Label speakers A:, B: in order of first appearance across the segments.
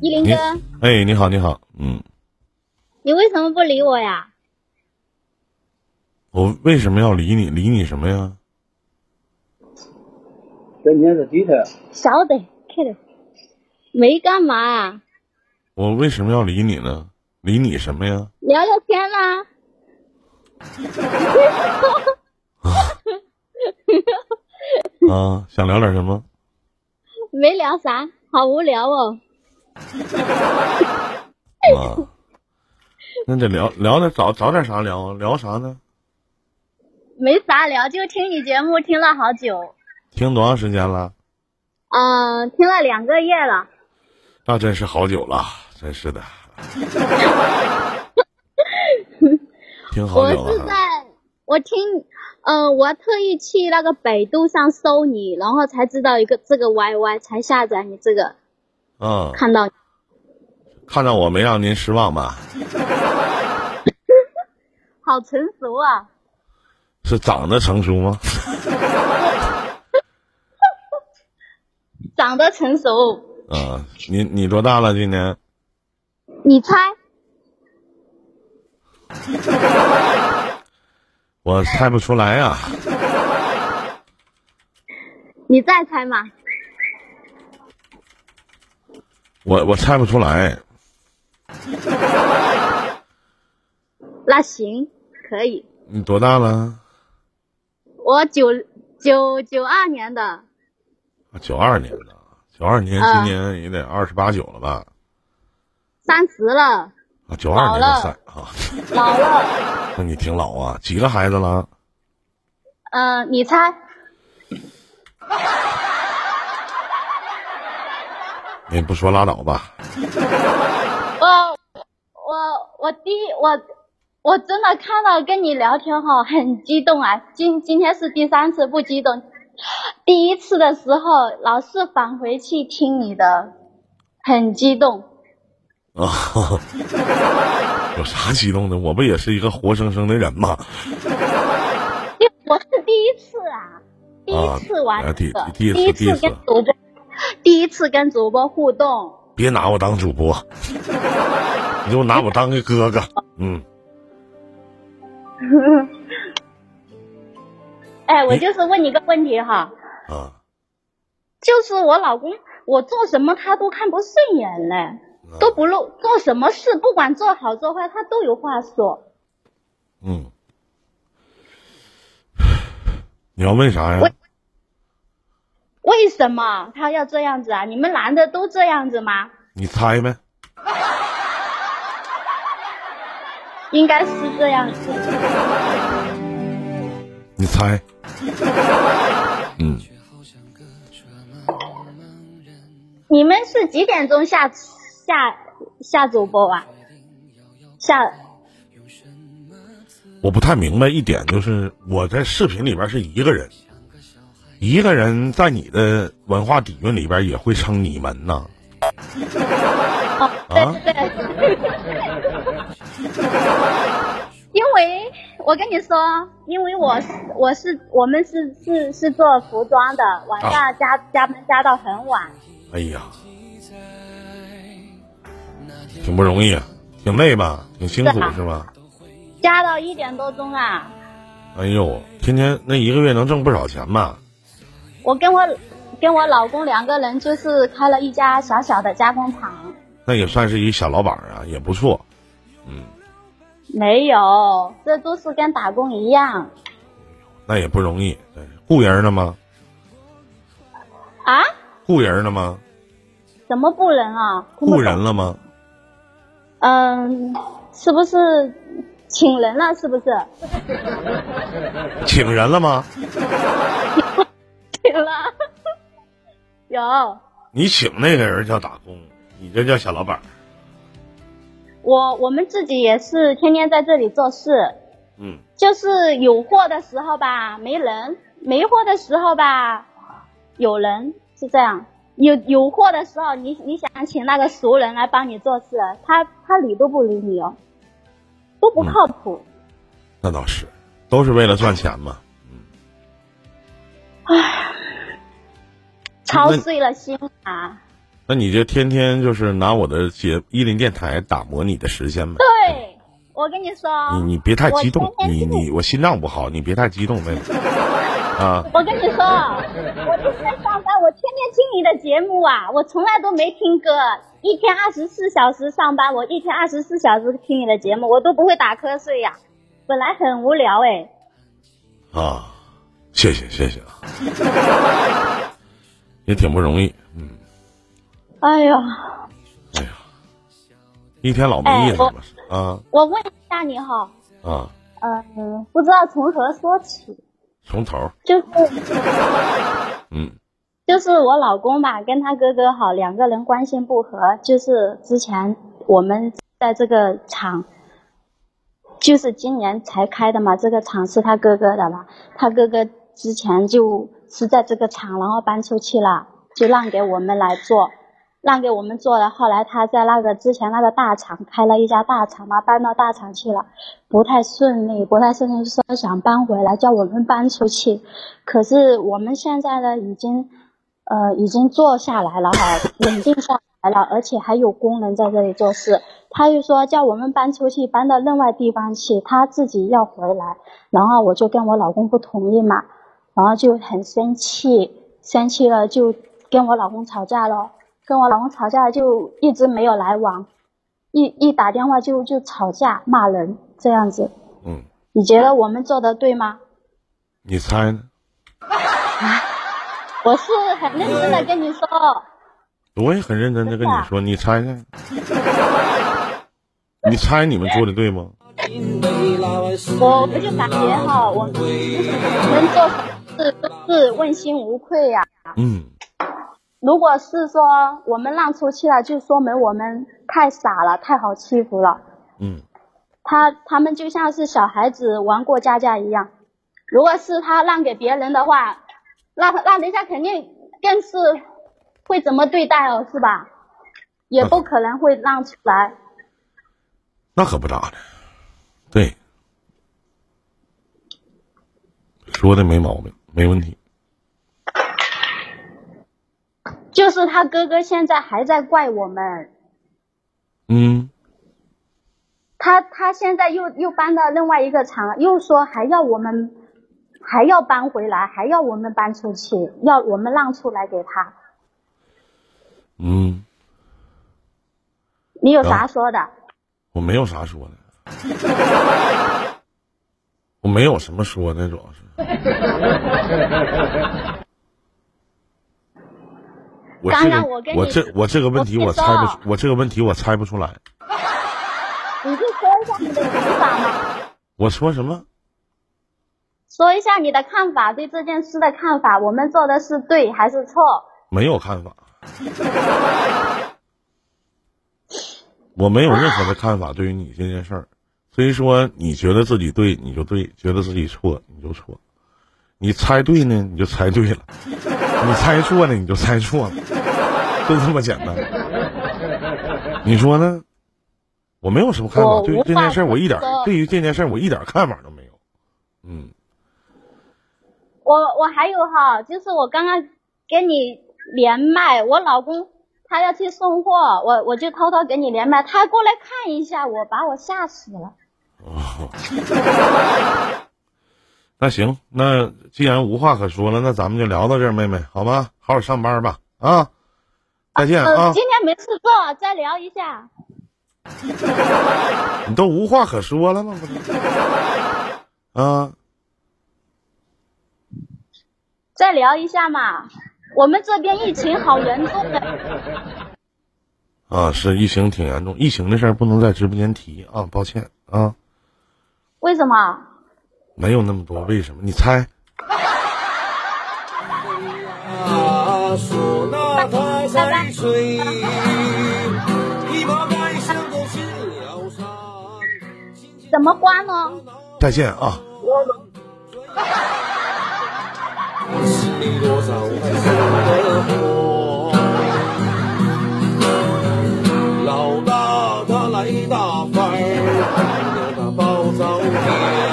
A: 依林
B: 你
A: 哥，
B: 哎，你好，你好，嗯，
A: 你为什么不理我呀？
B: 我为什么要理你？理你什么呀？
C: 今天是几天？
A: 稍等，看着，没干嘛，
B: 我为什么要理你呢？理你什么呀？
A: 聊聊天啦、
B: 啊，想聊点什么？
A: 没聊啥，好无聊哦。
B: 啊，那得聊聊点找找点啥聊啊？聊啥呢？
A: 没啥聊，就听你节目听了好久，
B: 听多长时间了？
A: 嗯，听了两个月了。
B: 那真是好久了，真是 的，听好
A: 我
B: 久
A: 是
B: 了
A: 在
B: 还。
A: 我听，嗯、我特意去那个百度上搜你，然后才知道一个这个 YY，才下载你这个，
B: 嗯，
A: 看到你
B: 看到我没让您失望吧？
A: 好成熟啊。
B: 是长得成熟吗？
A: 长得成熟，
B: 啊，你你多大了？今年
A: 你猜？
B: 我猜不出来呀、啊。
A: 你再猜嘛？
B: 我我猜不出来，
A: 那行，可以。
B: 你多大了？
A: 我九九九二年的，
B: 啊九二年的，九二年，今
A: 啊
B: 年也得二十八九了吧？
A: 三十了，
B: 啊，九二
A: 老
B: 年的
A: 了
B: 赛啊，
A: 老了。
B: 那你挺老啊， 几个孩子了？
A: 呃，你猜？
B: 你不说拉倒吧？
A: 我我我第一我我真的看到跟你聊天哈，很激动啊！今今天是第三次不激动，第一次的时候老是返回去听你的，很激动。
B: 啊， 有啥激动的？我不也是一个活生生的人吗？
A: 因为我是第一次啊，第一次
B: 啊
A: 玩
B: 第
A: 这个，
B: 第一次
A: 第一
B: 第一次
A: 次跟主播，第一次跟主播互动。
B: 别拿我当主播，你就拿我当个哥哥。嗯，
A: 哎，我
B: 你
A: 就是问你个问题哈，
B: 啊，
A: 就是我老公，我做什么他都看不顺眼嘞，都不露，做什么事不管做好做坏，他都有话说。
B: 嗯， 你要问啥呀
A: 我？为什么他要这样子啊？你们男的都这样子吗？
B: 你猜呗。
A: 应该是这样子。
B: 你猜？嗯，
A: 你们是几点钟下下下主播啊？下
B: 我不太明白一点，就是我在视频里边是一个人，一个人在你的文化底蕴里边也会称你们呐。
A: 哦，
B: 啊
A: 对对对， 因为我跟你说，因为我是我是我们是是是做服装的，晚
B: 啊
A: 上加、加班加到很晚，
B: 哎呀，挺不容易啊，挺累吧，挺辛苦
A: 是啊
B: 是吧？
A: 加到一点多钟啊。
B: 哎呦，天天那一个月能挣不少钱吧？
A: 我跟我跟我老公两个人就是开了一家小小的加工厂，
B: 那也算是一小老板啊，也不错。
A: 没有，这都是跟打工一样
B: 那也不容易，真是雇人呢吗？
A: 啊？
B: 雇人呢吗？
A: 怎么不能啊？听不
B: 雇
A: 懂
B: 人了吗？
A: 嗯，是不是请人了？是不是？
B: 请人了吗？
A: 请了， 有
B: 你请那个人叫打工，你这叫小老板。
A: 我我们自己也是天天在这里做事，
B: 嗯，
A: 就是有货的时候吧没人，没货的时候吧有人，是这样。有有货的时候，你你想请那个熟人来帮你做事，他他理都不理你哦，都
B: 嗯
A: 不靠谱。
B: 那倒是，都是为了赚钱嘛。
A: 操碎了心啊！
B: 那你就天天就是拿我的节伊林电台打磨你的时间呗。
A: 对，我跟你说，
B: 你你别太激动
A: 我，天
B: 你
A: 天
B: 你我心脏不好，你别太激动 妹子。啊，
A: 我跟你说，我天天上班，我天天听你的节目啊，我从来都没听歌，一天二十四小时上班，我一天二十四小时听你的节目，我都不会打瞌睡呀、本来很无聊哎，
B: 啊，谢谢谢谢啊，也挺不容易，嗯，
A: 哎呦，
B: 哎呀，一天老
A: 哎
B: 没意思了、啊
A: 我问一下你哈，
B: 啊，
A: 嗯，不知道从何说起，
B: 从头儿，
A: 就是
B: 嗯
A: 就是我老公吧，跟他哥哥好，两个人关系不和，就是之前我们在这个厂。就是今年才开的嘛，这个厂是他哥哥的嘛，他哥哥之前就是在这个厂，然后搬出去了，就让给我们来做，让给我们做了。后来他在那个之前那个大厂开了一家大厂嘛，搬到大厂去了，不太顺利，不太顺利，说想搬回来，叫我们搬出去。可是我们现在呢，已经呃已经做下来了哈，稳定下来了，而且还有工人在这里做事。他又说叫我们搬出去，搬到另外地方去，他自己要回来。然后我就跟我老公不同意嘛，然后就很生气，生气了就跟我老公吵架了，跟我老公吵架就一直没有来往，一一打电话就就吵架骂人这样子。
B: 嗯，
A: 你觉得我们做的对吗？
B: 你猜呢？
A: 我是很认真的跟你说，
B: 我也很认真的跟你
A: 啊
B: 说，你猜猜， 你猜你们做的对吗？
A: 我我就感觉哈，我们做事都是问心无愧呀、
B: 嗯，
A: 如果是说我们让出去了，就说明我们太傻了，太好欺负了。
B: 嗯，
A: 他他们就像是小孩子玩过家家一样。如果是他让给别人的话，那那人家肯定更是会怎么对待哦，是吧？也不可能会让出来。
B: 那可不咋的，对，说的没毛病，没问题。
A: 就是他哥哥现在还在怪我们，
B: 嗯，
A: 他他现在又又搬到另外一个厂，又说还要我们还要搬回来，还要我们搬出去，要我们让出来给他。
B: 嗯，
A: 你有啥说的？
B: 我没有啥说的，我没有什么说的，主要是。我这
A: 刚
B: 个
A: 刚我跟你
B: 我这我这个问题
A: 我
B: 我
A: 知
B: 猜
A: 道
B: 不出，我这个问题我猜不出来。
A: 你就说一下你的想法嘛，
B: 我说什么？
A: 说一下你的看法，对这件事的看法，我们做的是对还是错？
B: 没有看法，我没有任何的看法对于你这件事儿。所以说，你觉得自己对你就对，觉得自己错你就错，你猜对呢你就猜对了，你猜错了你就猜错了，就这么简单。你说呢？我没有什么看法，
A: 我
B: 对于
A: 无
B: 这
A: 法
B: 件事儿我一点儿
A: 说
B: 对于这件事儿我一点儿看法都没有。嗯
A: 我我还有哈，就是我刚刚跟你连麦，我老公他要去送货，我我就偷偷给你连麦，他过来看一下我，把我吓死了。
B: 哦，那行，那既然无话可说了，那咱们就聊到这儿，妹妹，好吧？好好上班吧，啊！再见
A: 呃，
B: 啊
A: 今！天没事做，再聊一下。
B: 你都无话可说了吗？不是？啊，
A: 再聊一下嘛。我们这边疫情好严重的，
B: 啊，是疫情挺严重，疫情的事儿不能在直播间提啊，抱歉啊，
A: 为什么？
B: 没有那么多为什么？你猜？
C: 啊，唢呐它在吹，一把麦香勾起了山。
A: 怎么关呢？
B: 再见啊！
C: 心里多少爱生活。老大他来大番儿，老大抱早点儿，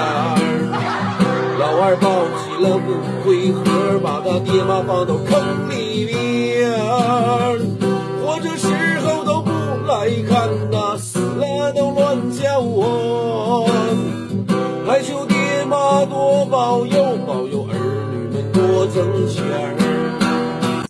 C: 老二抱起了骨灰盒，把他爹妈放到坑里边儿。来就